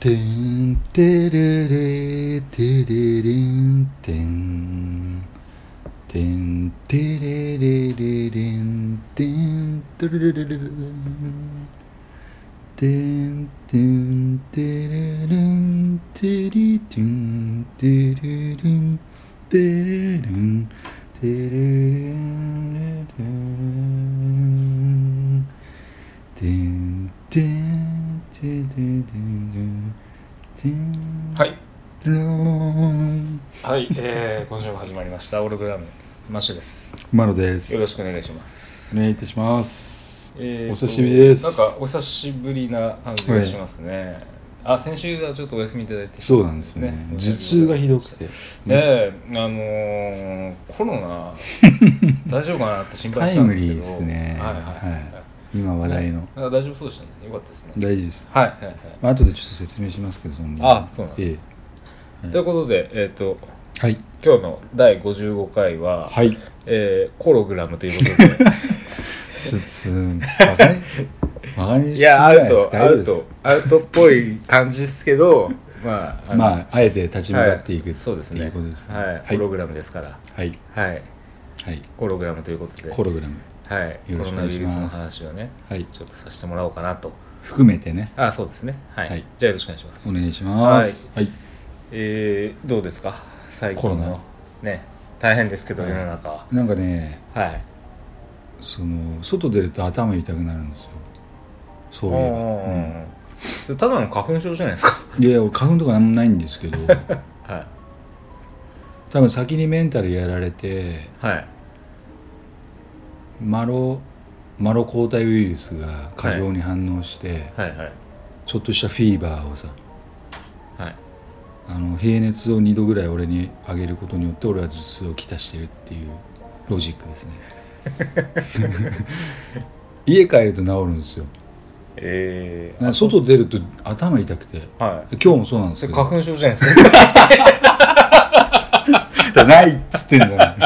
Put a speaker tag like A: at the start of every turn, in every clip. A: てんてれれてれれんてんてんてれれれれんてんてれれれれれんてんてんてれれんてりてんてれれんてれれんてれれんれれれんてんてんてれれれてん
B: はい。
A: てれれん
B: はい。えー、今週も始まりました。オールグラム、マッシュです。
A: マロです
B: よろしくお願いします。
A: お願いいたします。
B: えーと
A: お久しぶりです
B: なんか、お久しぶりな感じがしますね。あ、先週はちょっとお休みいただいて、
A: そうなんですね。頭痛がひどくて。
B: ええあのーコロナ 大丈夫かなって心配
A: タ
B: し
A: イ
B: たん
A: ム
B: ですけ
A: リ
B: ど
A: ーですね。
B: はいはいはい、
A: はい。今話題の。
B: あ大丈夫そうでしたねよかったですね
A: 大丈夫です。
B: はいはいはい、
A: まあ後でちょっと説明しますけど、その理由
B: あそうなんですね
A: うん
B: ということでえっ、と
A: ええはい。
B: 今日の第55回は、
A: はい。ち
B: えーコログラムということで
A: ょっとすん、バカに、バカにしすぎ
B: いや
A: な
B: ア
A: いで
B: ウ
A: す
B: ト
A: 大
B: ア
A: 丈夫
B: ウ
A: です
B: トアウトっぽい感じですけど まあ
A: か。まあ、あえて立ち向かっていく、
B: はそうです
A: って
B: ね
A: いうことですね。
B: はい、
A: は
B: コ
A: い。
B: ログラムですから
A: はい。
B: はい
A: はい。
B: コログラムということで
A: コログラム。
B: はいコ
A: よろし
B: ロ
A: くお
B: ナ
A: 願
B: ウ
A: い
B: イ
A: し
B: ル
A: ます
B: スの話をね
A: はい。
B: ちょっとさせてもらおうかなと
A: 含めてね。
B: あそうですねはい、
A: はい
B: じゃあよろしくお願いします
A: お願いします。はい。
B: えー、どうですか最近
A: コロナ
B: のね大変ですけど
A: は
B: 世
A: い
B: の中は
A: なんかね、
B: はい
A: その外出ると頭痛くなるんですよそういえば、うん
B: それただの花粉症じゃないですか
A: いやいや俺花粉とかなんもないんですけど
B: は
A: 多分先にメンタルやられて
B: いはい
A: マロマロ抗体ウイルスが過剰に反応して、
B: はいはい
A: ちょっとしたフィーバーをさ
B: はい
A: あの平熱を2度ぐらい俺に上げることによって俺は頭痛をきたしてるっていうロジックですね 家帰ると治るんですよ
B: えー、
A: な外出ると頭痛くて
B: はい
A: 今日もそうなんです
B: そ
A: け
B: れ
A: ど
B: 花粉症じゃないですか
A: じゃないっつってんじゃない、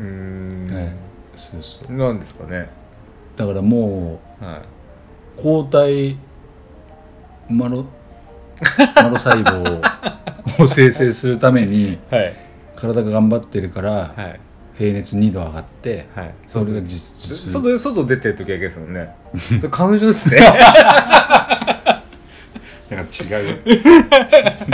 B: うーん、
A: はい そうそう
B: なんですかね
A: だからも
B: は
A: う抗体マロ マロ細胞を生成するために
B: いはい
A: 体が頑張ってるから
B: はい
A: 平熱2度上がって
B: はい
A: それが実
B: 外で外出てる時だけですもん ねそれ花粉症ですね
A: なんか違う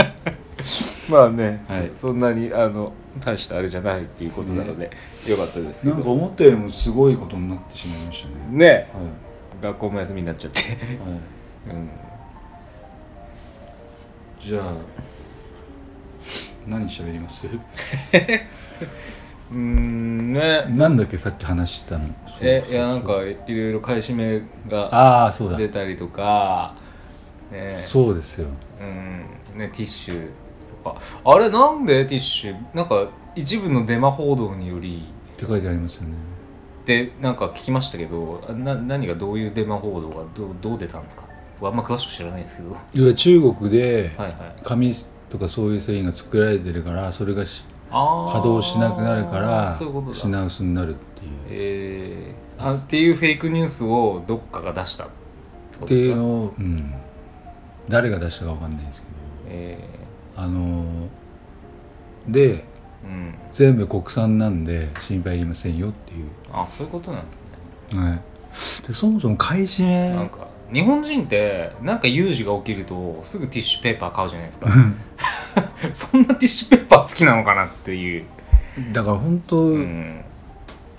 B: まあね、
A: はい
B: そんなにあの大したあれじゃないっていうことなので、よかったですけ
A: なんか
B: ど
A: 思ったよりもすごいことになってしまいましたね
B: ね
A: は
B: 学校も休みになっちゃって
A: い、はい、
B: うん
A: じゃあ何喋ります
B: うーんね
A: なんだっけさっき話してたの
B: えいやなんかいろいろ買い占めが
A: ああそうだ
B: 出たりとかね
A: そうですよ
B: うんねティッシュとかあれなんでティッシュなんか一部のデマ報道により
A: って書いてありますよね
B: でなんか聞きましたけどな何がどういうデマ報道がどうどう出たんですか僕あんま詳しく知らない ですけどはい
A: や中国で
B: いはい
A: 紙とかそういう製品が作られてるからそれがし
B: あー
A: 稼働しなくなるから
B: そういうことだ
A: 品薄になるっていう
B: えー、あっていうフェイクニュースをどっかが出したってこ
A: っ
B: と
A: て
B: で
A: い
B: す
A: う
B: か、
A: のを、うん、誰が出したかわかんないですけ
B: え
A: どあのーで
B: ーうん、
A: 全部国産なんで心配いりませんよっていう、
B: あそういうことなんです
A: はい、でそもそも買い占
B: ねなん
A: め
B: か日本人ってなんか有事が起きるとすぐティッシュペーパー買うじゃないですか そんなティッシュペーパー好きなのかなっていう、
A: だから本当、
B: うん、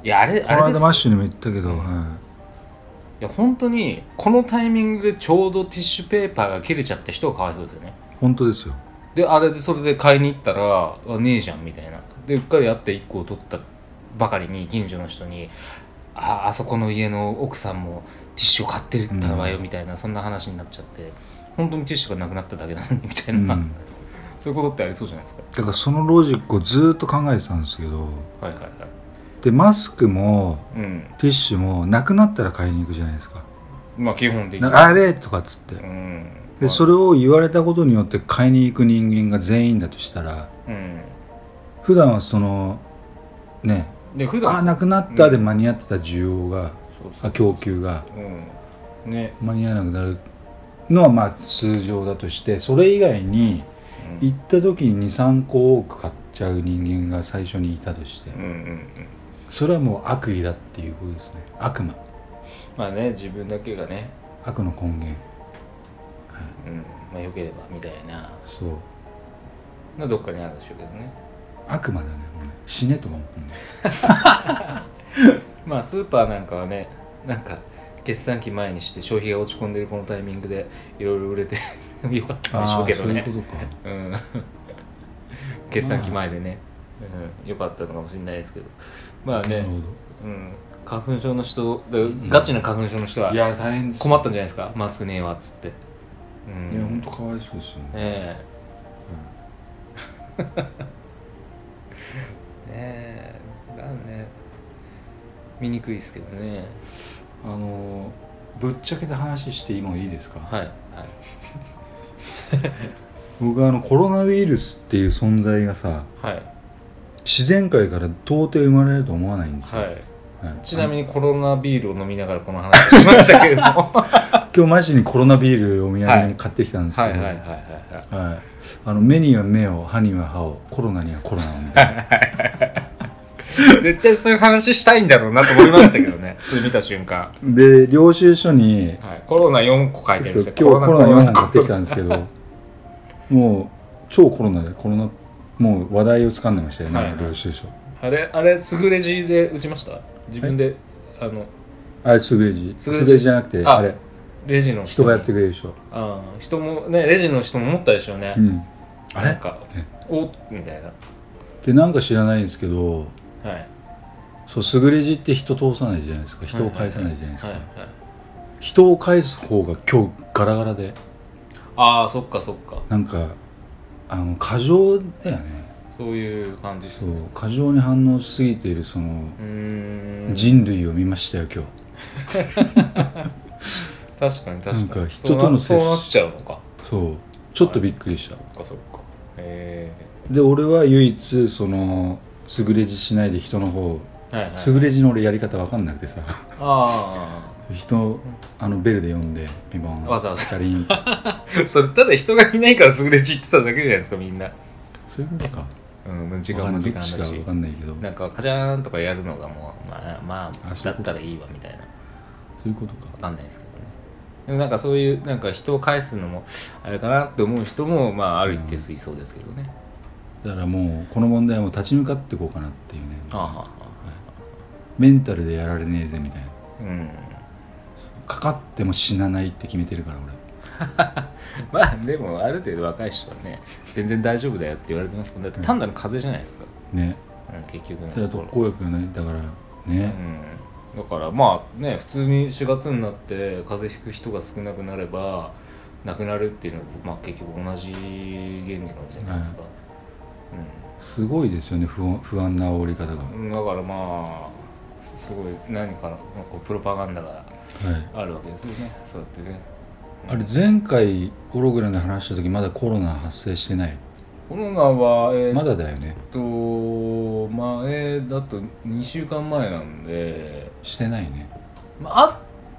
B: いやあれ
A: この
B: あれ
A: 間
B: です
A: マ
B: よ
A: ッシュにも言ったけど、はい
B: や本当にこのタイミングでちょうどティッシュペーパーが切れちゃった人がかわいそうですよね
A: い、本当ですよ
B: であれでそれで買いに行ったらあねえじゃんみたいなでうっかり会って1個を取ったばかりに近所の人に「ああそこの家の奥さんもティッシュを買ってたわよ」みたいな、そんな話になっちゃって本当にティッシュがなくなっただけなのにみたいな、
A: うん
B: そういうことってありそうじゃないですか
A: だからそのロジックをずーっと考えてたんですけど
B: はいはいはい
A: でマスクも
B: うん
A: ティッシュもなくなったら買いに行くじゃないですか
B: まあ基本的
A: な
B: に
A: んかあやべえとかっつって
B: うん
A: でそれを言われたことによって買いに行く人間が全員だとしたら
B: うん
A: 普段はそのね
B: で普
A: あ
B: 段
A: なくなったで間に合ってた需要が、
B: そうそう
A: あ供給が
B: うんね
A: 間に合わなくなるのはまあ通常だとしてそれ以外に
B: うん
A: 行った時に23個多く買っちゃう人間が最初にいたとして
B: うんうんうん
A: それはもう悪意だっていうことですね悪魔
B: まあね自分だけがね、
A: 悪の根源
B: うんまあ、良ければみたいな
A: そう
B: などっかにあるんでしょうけどね
A: 悪魔だねもうね死ねとか思うね
B: まあスーパーなんかはねなんか決算期前にして消費が落ち込んでるこのタイミングでいろいろ売れて よかったんでしょうけどね
A: あーそういうことか
B: うん 決算期前でね、うん、よかったのかもしれないですけどまあ
A: なる
B: ね
A: ほ、
B: うん、花粉症の人だ
A: ん
B: ガチな花粉症の人
A: ど
B: はい
A: や大変です
B: 困ったんじゃないですかマスクねえわっつって、うん、
A: いや本当かわいそうですよね
B: え えねえだね見にくいですけどね
A: あのぶっちゃけた話して今いいですか、
B: はいはい
A: 僕はあのコロナウイルスっていう存在がさ
B: はい
A: 自然界から到底生まれると思わないんですよ、
B: はい
A: はい
B: ちなみにコロナビールを飲みながらこの話をしましたけれどもは
A: 今日マジにコロナビールをお土産に買ってきたん
B: い
A: ですけ
B: はい
A: ど、
B: はいはいはい
A: はいあの目には目を歯には歯をコロナにはコロナをみたいな
B: 絶対そういう話したいんだろうなと思いましたけどね それ見た瞬間、
A: で領収書に
B: はい、コロナ4個書いてあるんで
A: そう
B: すよ
A: 今日はコロナ4本買って
B: 4
A: きたんですけどもう超コロナでコロナもう話題を掴んでましたよね、
B: はいはい
A: 領収書
B: あれあれスグレジで打ちました自分であの
A: あれすぐレジす
B: すぐ
A: ぐ
B: レジ
A: レジじゃなくて
B: あ
A: あれ
B: レジの
A: 人がやってく
B: る
A: れるでしょ、
B: あー人もねレジの人も思ったでしょうね、
A: うん、あ
B: なん
A: れ
B: か
A: ね
B: おっみたいな
A: でなんか知らないんですけど
B: はい
A: そうすぐレジって人通さないじゃないですか人を返さないじゃないですか、
B: はいはいはい
A: 人を返す方が今日ガラガラで
B: ああそっかそっか
A: なんかあの過剰だよね
B: そういう感じっ
A: そ
B: すね
A: う過剰に反応しすぎているその
B: うーん
A: 人類を見ましたよ今日
B: 確かに確か
A: なん
B: に
A: か人との接
B: そ
A: し
B: うなそうなっちゃうのか
A: そうちょっとびっくりした、
B: そっかそっかへ
A: で俺は唯一そのすぐレジしないで人の方
B: えはいはい
A: すぐレジの俺やり方わかんなくてさ
B: あ
A: 人あのベルで読んでピンポン
B: わざわざ
A: チャリ ン
B: あそれただ人がいないからすぐレジ行ってただけじゃないですかみんな
A: そういうことか
B: うん時
A: わかん
B: 間
A: な
B: も
A: い
B: 時
A: ど
B: 間
A: っ
B: だ
A: ち
B: し
A: かわかんないけど
B: なんかカチャーンとかやるのがもうまあまあ
A: あそう
B: だ
A: いうこ
B: っ
A: と
B: たらいいわみたいなわ
A: そういうことか
B: かんないですけどねでもなんかそういうなんか人を返すのもあれかなって思う人もまあある一定数いそうですけどね、
A: だからもうこの問題はもう立ち向かっていこうかなっていうね
B: ああはあ
A: メンタルでやられねえぜみたいな
B: うん
A: かかっても死なないって決めてるから俺
B: まあでもある程度若い人はね全然大丈夫だよって言われてますけどだって単なる風邪じゃないですか、
A: ね
B: うん、結局の
A: ただ
B: ところ
A: 特効薬がないだから
B: う
A: ね、
B: ん、だからまあね普通に4月になって風邪ひく人が少なくなればなくなるっていうのは、まあ、結局同じ原理なんじゃないですか、
A: すごいですよね不安不安な煽り方が、は
B: うん、だからまあすすごい何かのこうプロパガンダが
A: い、
B: あるわけですよねそうやってね
A: あれ前回オログラムで話した時まだコロナ発生してない
B: コロナはえー
A: ま
B: っ
A: だだよね
B: と前だと2週間前なんで、
A: してないね
B: まあ、あっ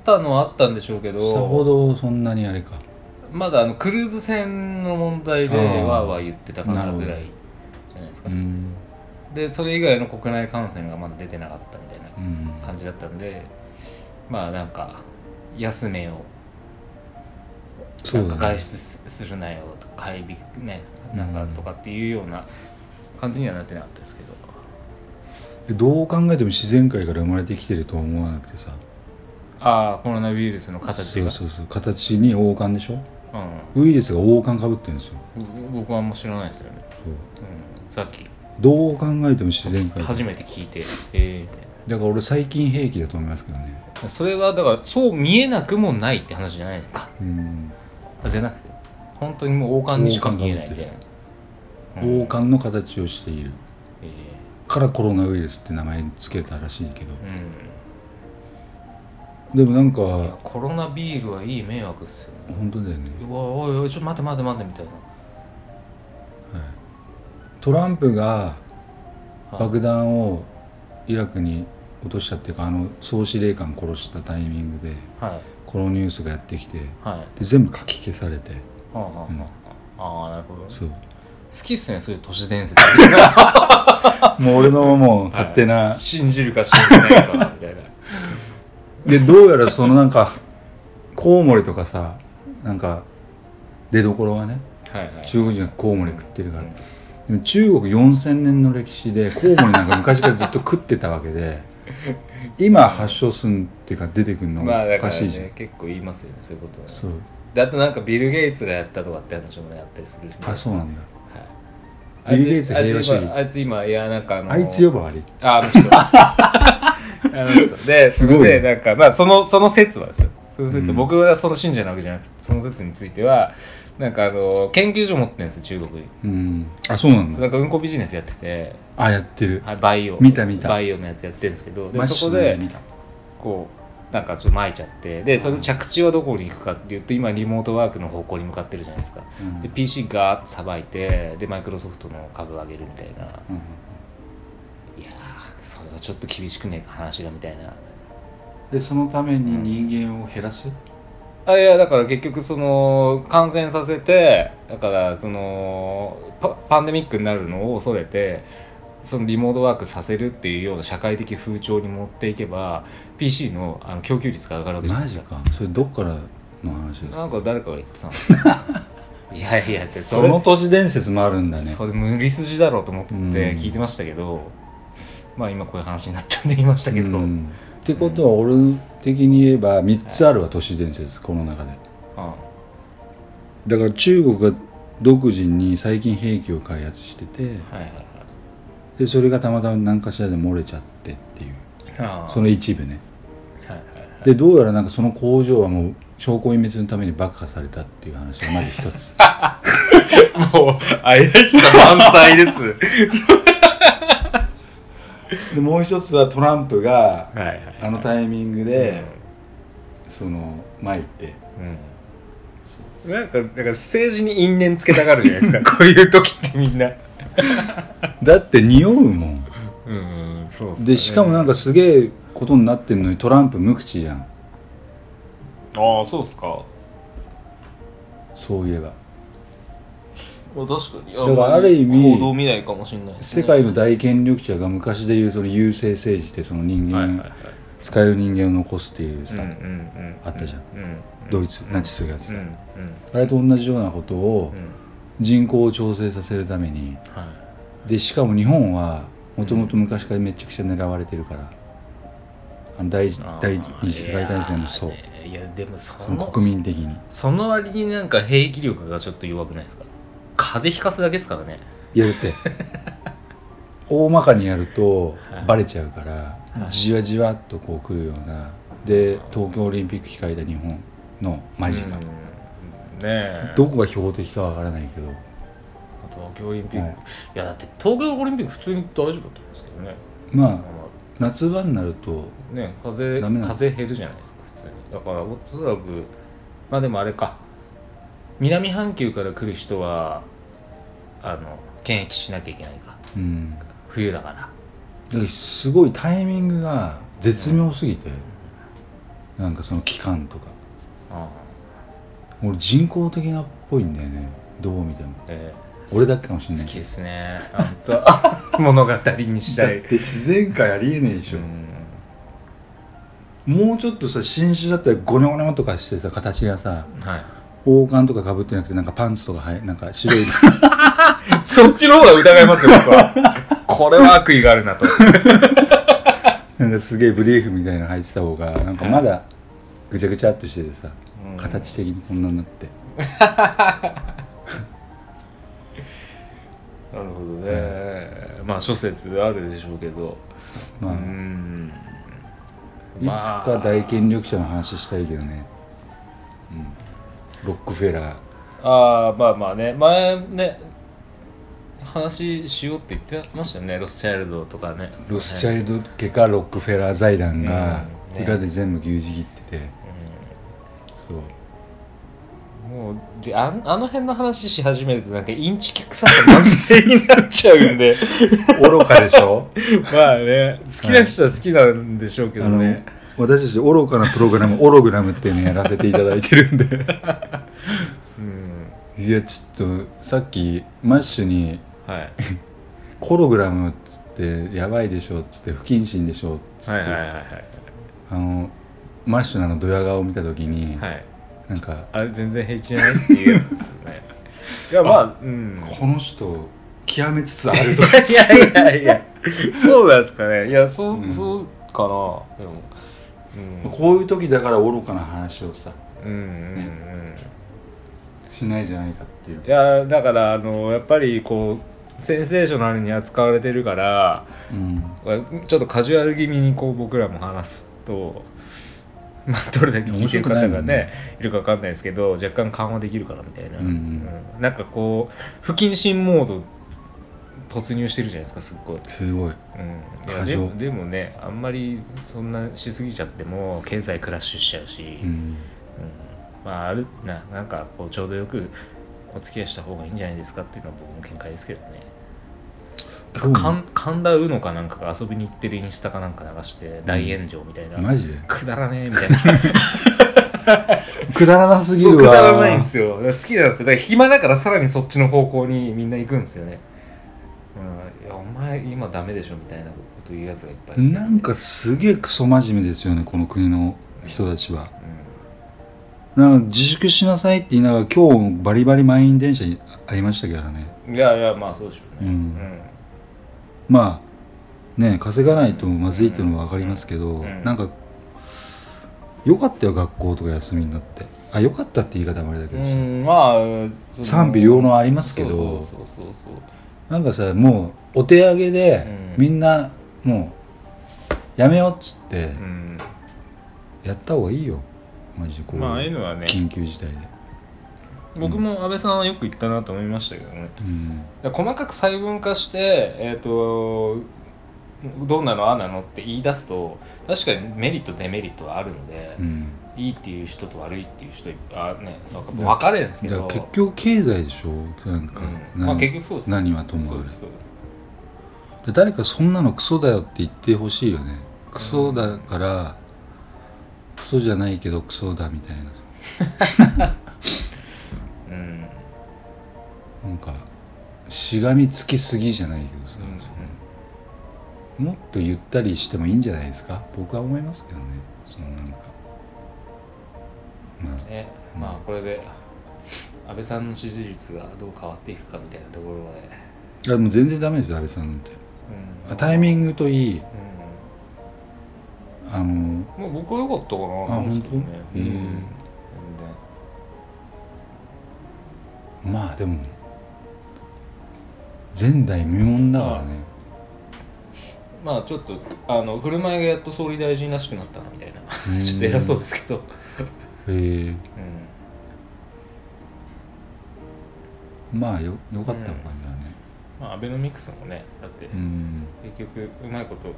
B: たのはあったんでしょうけ
A: さ
B: ど
A: ほどそんなにあれか
B: まだあのクルーズ船の問題で
A: あ
B: わ
A: ー
B: ーわー言ってたか
A: な
B: な
A: るほ
B: ぐ
A: ど
B: らいじゃないですか、
A: うん
B: でそれ以外の国内感染がまだ出てなかったみたいな
A: うん
B: 感じだったんでまあなんか休めよ
A: そ
B: な
A: うん
B: か
A: だ
B: 外
A: ね
B: 出すするなよとか買い引ね
A: うん
B: なんかとかっていうような感じにはなってなかったですけど
A: どう考えても自然界から生まれてきてるとは思わなくてさ
B: ああコロナウイルスの形が
A: そうそうそう形に王冠でしょ
B: う
A: ウイルスが王冠かぶってるんですよ
B: ん僕はあんま知らないですよね、
A: そう
B: うん、さっき
A: どう考えても自然界だか
B: 初めて聞いてええみたいな
A: ら俺最近兵器だと思いますけどね
B: それはだからそう見えなくもないって話じゃないですか
A: うん
B: あじゃなくて本当にもう王冠にしか見えないみたいな、うん
A: 王冠の形をしている
B: え
A: からコロナウイルスって名前つけたらしいけど
B: えう
A: で
B: ん
A: もなん
B: いや
A: か
B: コロナビールはいい迷惑っすよね
A: 本当だよね、
B: うわおいおいちょっと待って待って待ってみたいな
A: はい、トランプが
B: はい
A: 爆弾をイラクに落としたっていうかあの総司令官殺したタイミングで
B: はい
A: このニュースがやってきてで
B: はいは
A: 全部書き消されて
B: あはあは
A: うん
B: ああーなるほど好
A: そう
B: きっすねそういう都市伝説
A: もう俺のもう勝手な、
B: 信じるか信じないかみたいな
A: でどうやらそのなんかコウモリとかさなんか出どこ ろはね
B: はいはい
A: 中国人がコウモリ食ってるから、
B: うん
A: でも中国4000年の歴史でコウモリなんか昔からずっと食ってたわけ で今発症すんっていうか出てくるの
B: まあ
A: お
B: だか
A: からしいじゃん、
B: ね結構言いますよねそういうことはね
A: そう
B: であとなんかビル・ゲイツがやったとかって話もねあったりするし
A: あそうなんだ
B: はい、
A: ビルゲイツ
B: あいつ
A: 平和主義
B: あいつ今あいつ今いやなんかあの
A: あいつ呼ばわり
B: あ あの人あの人でそ
A: すごい
B: れでなんかまあそのその説はですよその説、
A: うん
B: 僕はその信者なわけじゃなくてその説についてはなんかあの研究所持ってるんですよ中国に、
A: うんあそうなん
B: そ
A: だ
B: うなんかうんこビジネスやってて、
A: あやってる
B: はい、バイオ
A: 見た見た
B: バイオのやつやってるんですけどで
A: マジ
B: そこ
A: ね
B: で
A: 見た
B: こうなんかちょっとまいちゃってでそれで着地はどこに行くかっていうと今リモートワークの方向に向かってるじゃないですか
A: うん
B: で PC ガーッとさばいてでマイクロソフトの株上げるみたいな
A: うん
B: いやーそれはちょっと厳しくねえか話がみたいな
A: でそのために人間を減らす、
B: あいやだから結局その感染させてだからそのパパンデミックになるのを恐れてそのリモートワークさせるっていうような社会的風潮に持っていけば PC のあの供給率が上がるわけじゃ
A: マ
B: ないです
A: ジ
B: か
A: かそれどっからの話ですか
B: なんか誰かが言っ てたんですよいやいやって
A: その都市伝説もあるんだね
B: それ無理筋だろうと思って
A: うん
B: 聞いてましたけど、まあ今こういう話になったんで言いましたけど、
A: うんってことは俺的に言えば3つあるわ都市伝説この中で
B: あ
A: だから中国が独自に最近兵器を開発してて
B: あはいはいはい
A: でそれがたまたま何かしらで漏れちゃってっていう
B: ああ
A: その一部ね
B: はいはい
A: でどうやらなんかその工場はもう証拠隠滅のために爆破されたっていう話がまず一つ
B: もう怪しさ満載です
A: でもう一つはトランプが
B: はいはい
A: あのタイミングで、その前行って
B: うん、なんかなんか政治に因縁つけたがるじゃないです かこういう時ってみんな
A: だって匂うもん
B: うん、うん、そうっすね
A: でしかもなんかすげえことになってんのにトランプ無口じゃん
B: ああそうっすか
A: そういえば
B: 確かに
A: だからある意味
B: 行動見ないかもしれないですね
A: 世界の大権力者が昔で言うその優勢政治ってその人間、
B: はいはいはい
A: 使える人間を残すっていう
B: うん
A: さ、
B: うんうん
A: あったじゃん
B: うんうん
A: ドイツ、ナチスがさ、
B: うんうん
A: あれと同じようなことを
B: うん
A: 人口を調整させるために
B: はい
A: でしかも日本はもともと昔からめちゃくちゃ狙われてるからあの第一
B: あー
A: 第一次世界大戦のそう
B: いやーねいやでもそ
A: その
B: の
A: 国民的に
B: その割になんか兵器力がちょっと弱くないですか風邪ひかすだけですからね
A: いやだって大まかにやると
B: はい
A: バレちゃうから
B: はい
A: じわじわっとこう来るようなで東京オリンピック控えた日本の間近、
B: うんねえ
A: どこが標的かわからないけど
B: 東京オリンピック、
A: はい
B: い、やだって東京オリンピック普通に大丈夫だったんですけどね、
A: まあ夏場になると
B: ね風
A: ダメなの
B: 風邪減るじゃないですか普通にだからおそらくまあでもあれか南半球から来る人はあの検疫しなきゃいけないか
A: うんだ
B: 冬だから
A: からすごいタイミングが絶妙すぎて、なんかその期間とか
B: あ
A: 俺人工的なっぽいんだよねどう見ても
B: あで
A: 俺だけかもしれ
B: 好
A: ない
B: きですね。あんた 物語にしたい。
A: て自然界ありえねえでし
B: うん
A: もうちょっとさ新種だったらゴニョゴニョとかしてさ形がさ
B: はい。
A: 王冠とかかぶってなくてなんかパンツとかはいなんか白 い
B: そっちの方が疑いますよ、僕は。これは悪意がある なと。
A: なんかすげえブリーフみたいなの履いてた方がなんかまだぐちゃぐちゃっとしててさ
B: うん
A: 形的にこんなになって
B: なるほどね。まあ諸説あるでしょうけど。
A: まあ、
B: うん。
A: いつか大権力者の話したいけどね、うん、ロックフェラー
B: ああまあまあね前ね話しようって言ってましたよねロスチャイルドとかね
A: ロスチャイルド家かロックフェラー財団が
B: うんね
A: 裏で全部牛耳切ってて、そう
B: もうであんあの辺の話し始めるとなんかインチキ臭さ満載になっちゃう んで
A: 愚かでしょ
B: まあね好きな人は好きなんでしょうけ
A: あ
B: ど
A: の
B: ね
A: 私たち愚かなプログラムオログラムっていうのやらせていただいてるんで
B: うん
A: いやちょっとさっきマッシュに
B: はい
A: 「コログラム」っつって「やばいでしょ」っつって「不謹慎でしょ」っつって、
B: はいはいはいはい
A: あのマッシュのあのドヤ顔を見た時に、
B: はい
A: なんか
B: あれ全然平気じゃないっていうやつですね いやまあうん
A: この人極めつつあると
B: いやいやいやそうなんですかねいやそう、
A: うん
B: そうかなでもうん
A: こういう時だから愚かな話をさ
B: うんうんうん
A: しないじゃないかっていう
B: い、やだからあのやっぱりこうセンセーショナルに扱われてるから
A: うん、
B: ちょっとカジュアル気味にこう僕らも話すと、まあ、どれだけ聞いて
A: 面白
B: る方
A: くな
B: が
A: いもん
B: ね
A: ね
B: いるか分かんないですけど若干緩和できるからみたいな、
A: うんうん
B: うんなんかこう不謹慎モード突入してるじゃないですかすっごい,、
A: すごい
B: うん、いや
A: 過
B: で
A: 剰
B: もでもねあんまりそんなしすぎちゃっても経済クラッシュしちゃうし、
A: うん
B: うんまああるななんかこうちょうどよくお付き合いした方がいいんじゃないですかっていうのは僕の見解ですけどね
A: 今日
B: かん神田うのかなんかが遊びに行ってるインスタかなんか流して大炎上みたいな、
A: マジで
B: くだらねえみたいな
A: くだらな すぎるわ
B: そうくだらないんですよだから好きなんですよだから暇だからさらにそっちの方向にみんな行くんですよね、うん、いやお前今ダメでしょみたいなこと言うやつがいっぱいいて
A: なんかすげえクソ真面目ですよねこの国の人たちはなんか自粛しなさいって言いながら今日バリバリ満員電車にありましたけどね
B: うん、いやいやまあそうでしょうね
A: うん
B: うん
A: まあね稼がないとまずいっていうのは分かりますけど、
B: うん
A: なんかよかったよ学校とか休みになってあよかったって言い方もあれだけ
B: う
A: どさ、
B: ん、まあその
A: 賛否両論ありますけど
B: そうそうそうそうそう
A: なんかさもうお手上げで、
B: うん
A: みんなもうやめようっつって
B: うん
A: やった方がいいよマジでこういう
B: まあああいうのはね
A: 緊急事態で、
B: 僕も安倍さんはよく言ったなと思いましたけどね
A: うん
B: だから細かく細分化してえっ、とどうなのああなのって言い出すと確かにメリットデメリットはあるので、
A: うん
B: いいっていう人と悪いっていう人いっぱいあねなんか分かれるんですけ
A: だから
B: ど
A: 結局経済でしょなんか、
B: うん
A: 何
B: まあ、結局そうです
A: 何はとも
B: そ
A: あ
B: う
A: れ
B: ですそうです
A: で誰かそんなのクソだよって言ってほしいよねクソだから、クソじゃないけどクソだみたいな
B: うん、うん
A: なんかしがみつきすぎじゃないけどさ、
B: うん
A: もっとゆったりしてもいいんじゃないですか僕は思いますけどねそのなんかまあ
B: ねまあこれで安倍さんの支持率がどう変わっていくかみたいなところで、
A: いやもう全然ダメですよ安倍さんなんて
B: うん、
A: タイミ
B: グ、
A: ングといい
B: うん
A: あの
B: まあ、僕は良かったかな
A: あ
B: なんですけどね
A: 本当
B: うん
A: へえまあでも前代未聞だからね
B: まあちょっとあの振る舞いがやっと総理大臣らしくなったなみたいな
A: うん
B: ちょっと偉そうですけど、
A: へえ
B: うん、
A: まあよよかったのかなね
B: まあアベノミクスもねだって
A: うん、
B: 結局うまいこと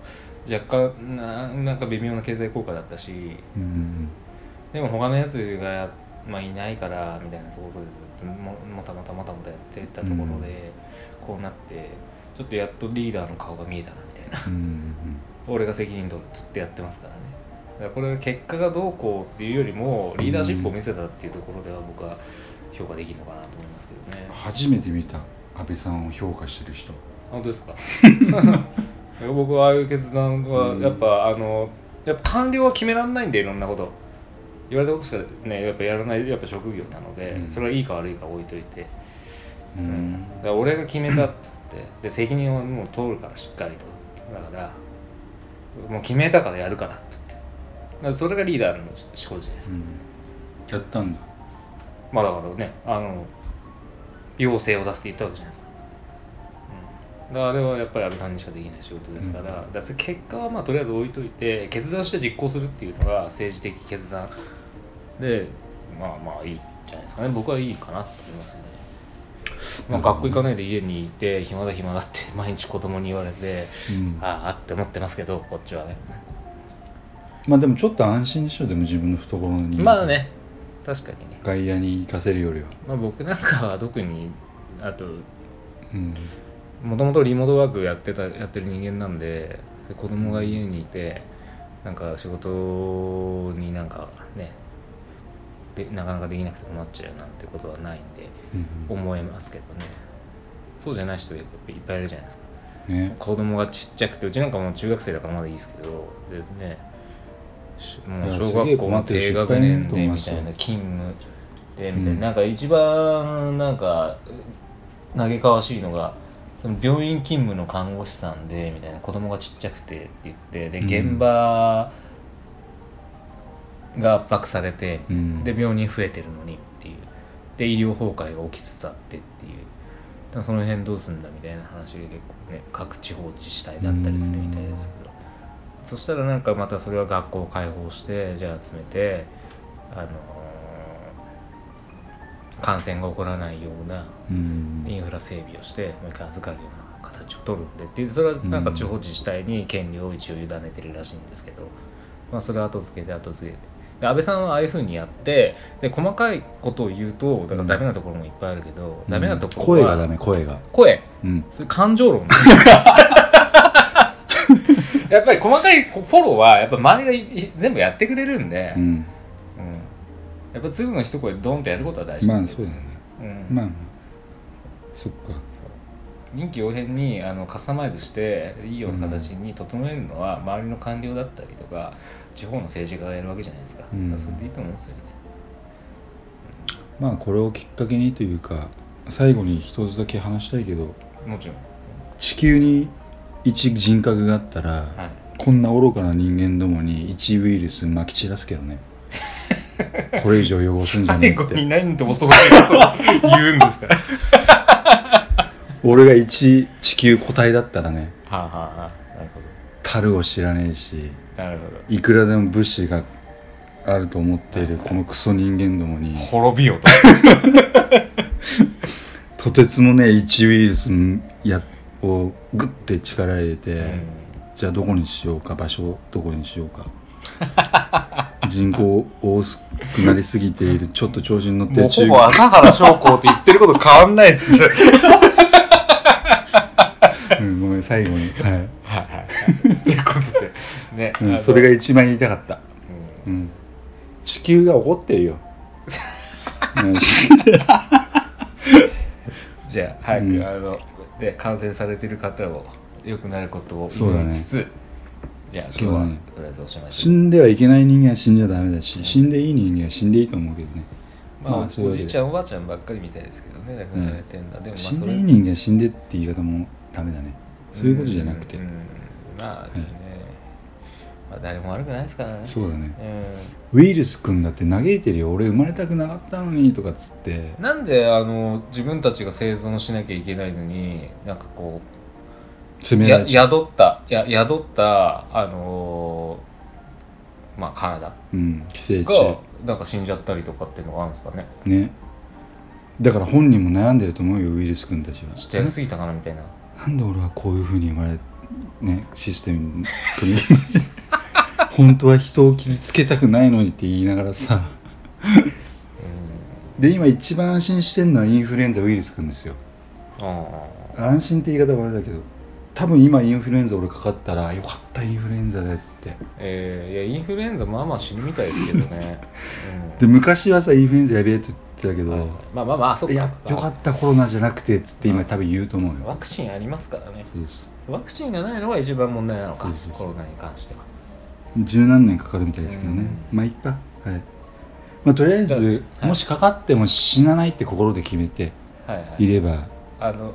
B: 若干ななんか微妙な経済効果だったし
A: うん
B: でも他のやつが、まあ、いないからみたいなところでずっとももたもたもたもたやってったところで、こうなってちょっとやっとリーダーの顔が見えたなみたいな
A: うんうん
B: 俺が責任取るっつってやってますからねだからこれが結果がどうこうっていうよりもリーダーシップを見せたっていうところでは僕は評価できるのかなと思いますけどね、
A: 初めて見た安倍さんを評価してる人
B: 本当です か僕はああいう決断はやっぱ、あのやっぱ官僚は決めらんないんでいろんなこと言われたことしかねやっぱやらないやっぱ職業なので、
A: うん
B: それはいいか悪いか置いといて、
A: う
B: だから俺が決めたっつってで責任はもう通るからしっかりとだからもう決めたからやるからっつってだからそれがリーダーの思考じゃないですか、
A: やったんだ
B: まあだからねあの要請を出すって言ったわけじゃないですか、うん、だからあれはやっぱり安倍さんにしかできない仕事ですから,、だからそれ結果はまあとりあえず置いといて決断して実行するっていうのが政治的決断でまあまあいいんじゃないですかね僕はいいかなと思いますよねまあ、学校行かないで家にいて暇だ暇だって毎日子供に言われて
A: うん
B: ああって思ってますけどこっちはね
A: まあでもちょっと安心でしょでも自分の懐に
B: まあね確かにね、
A: 外野に行かせるよりは
B: まあ、僕なんかは特にあと
A: うん
B: もともとリモートワークやってたやってる人間なんでそれ子供が家にいてなんか仕事になんかねでなかなかできなくて困っちゃうなんてことはないんで
A: うん
B: 思いますけどねそうじゃない人いっぱいいるじゃないですか
A: ね
B: 子供がちっちゃくてうちなんかもう中学生だからまだいいですけどでねしも
A: い
B: う
A: や
B: 小
A: すげえ
B: 学校
A: 困
B: の
A: ってる人
B: 低
A: いっ
B: 学
A: ぱいいる
B: 年
A: と思
B: で
A: いま
B: み
A: す
B: た
A: よ
B: いな勤務でみたいな、
A: うん
B: なんか一番なんか嘆かわしいのがその病院勤務の看護師さんでみたいな子供がちっちゃくてって言ってで
A: うん
B: 現場が圧迫されて、
A: うん
B: で病人増えてるのにっていうで医療崩壊が起きつつあってっていうだからその辺どうすんだみたいな話が結構ね各地方自治体だったりするみたいですけどそしたらなんかまたそれは学校を開放してじゃあ集めてあのー感染が起こらないような
A: うん
B: インフラ整備をしてもう一回預かるような形を取るんでっていうそれはなんか地方自治体に権利を一応委ねてるらしいんですけど、まあ、それは後付けで後付けでで安倍さんはああいうふうにやってで細かいことを言うとだからダメなところもいっぱいあるけど、ダメなとこ
A: 声
B: ろは
A: がダメ声が
B: 声
A: うん
B: それ感 情論ですやっぱり細かいフォローはやっぱ周りがいい全部やってくれるんで、
A: う
B: うん
A: ん
B: やっぱ鶴の一声ドンとやることは大事
A: ま
B: な
A: あ
B: ん
A: そう
B: で
A: だ
B: す
A: ね
B: よね、うん
A: まあそっか
B: 臨機応変にあのカスタマイズしていいような形に整えるのは周りの官僚だったりとか地方の政治家がやるわけじゃないですか,、
A: うん
B: それでいいと思うんですよね
A: まあこれをきっかけにというか最後に一つだけ話したいけど
B: もちろん
A: 地球に一人格があったら、
B: はい
A: こんな愚かな人間どもに一ウイルスまき散らすけどね これ以上汚すんじゃねえ
B: 最
A: っ
B: 後に
A: て
B: 何で恐ろしいことを言うんです かは
A: 俺が一地球個体だったらね
B: あ、はあはあ、なるほ
A: 樽を知らねえし
B: どなるほど
A: いくらでも物資があると思っているこのクソ人間どもに
B: 滅びようと
A: とてつもねえ一ウイルスやをグッて力入れて、じゃあどこにしようか場所どこにしようか 人口多くなりすぎているちょっと調子に乗って
B: も
A: る
B: うほ
A: 中
B: ぼ朝原将校と言ってること変わんないっすは
A: う
B: い
A: ん、ごめん最後に、はい
B: はいということでね、
A: う
B: あ
A: ん、
B: の
A: それが一番言いたかった、
B: うん
A: うん、地球が怒ってるよ、 うんし
B: じゃあ早く、
A: うん
B: あので感染されてる方を良くなることを
A: そうだ
B: 祈
A: ね
B: りつつ、じゃあ今日
A: そうだ
B: は
A: ね
B: とりあえずおしまい
A: 死
B: し
A: んではいけない人間は死んじゃダメだし死んでいい人間は死んでいいと思うけどね
B: まあ、
A: まあそういう
B: お
A: わけで
B: じいちゃんおばあちゃんばっかりみたいですけどねだからやめてんだ、でもまあ
A: 死
B: そ
A: ん
B: れ
A: でいい人間は死んでって言い方もダメだねそういうことじゃなくて、
B: うんうんまあね、まあ、誰も悪くないですからね
A: そうだね
B: う
A: ウイルス君だって嘆いてるよ俺生まれたくなかったのにとかっつって
B: ん、なんであの自分たちが生存しなきゃいけないのになんかこう
A: 責めら
B: や
A: れちゃう、
B: 宿ったや宿ったあのーまあカナダ
A: うん、寄生虫
B: がなんか死んじゃったりとかっていうのがあるんですかね
A: ねだから本人も悩んでると思うよウイルス君たちは
B: ちょっとやりすぎたかなみたいな
A: なんで俺はこういうふうに生まれねシステムに組み込まれて 本当は人を傷つけたくないのにって言いながらさで今一番安心してるのはインフルエンザウイルスくんですよ
B: あ
A: 安心って言い方はあれだけど多分今インフルエンザ俺かかったらよかったインフルエンザでって
B: えー、いやインフルエンザまあまあ死ぬみたいですけどね、
A: で昔はさインフルエンザやべえって言ってたけ
B: う
A: ど、
B: んはいはいまあまあまあそっ
A: い
B: か
A: やよかったコロナじゃなくてっつって
B: う
A: 今
B: ん
A: 多分言うと思うよ、
B: ワクチンありますからね
A: そうそ
B: ワクチンがないのが一番問題なのか
A: そうそうそう
B: コロナに関しては
A: う十何年かかるみたいですけどね、
B: う
A: まあいっかはいまあとりあえず、
B: はい
A: もしかかっても死なないって心で決めて
B: はいはい
A: いれば
B: あの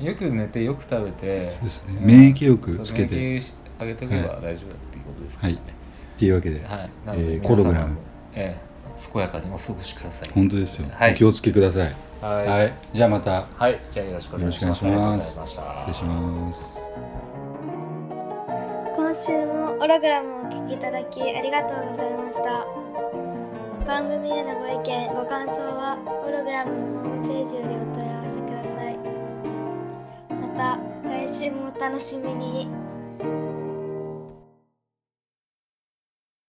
B: よく寝てよく食べて
A: そうですね
B: うん
A: 免疫力つけて
B: そう免疫上げておけば大丈夫だっていうことです
A: はい
B: ね
A: っていうわけで、
B: はい、なので
A: えー
B: 皆様
A: コロ
B: も
A: ナ
B: えー健やかにお過ごしください
A: 本当ですよ、
B: はい
A: お気をつけください
B: はい、
A: はい、じゃあまた
B: はい、じゃあよろしくお
A: よ
B: 願
A: ろ
B: い
A: しく
B: し
A: お願
B: ま
A: いします
B: すありがとうございました
A: 失礼します
C: 今週もオログラムをお聞きいただきありがとうございました番組へのご意見ご感想はオログラムのホームページよりお問い合わせくださいまた来週もお楽しみに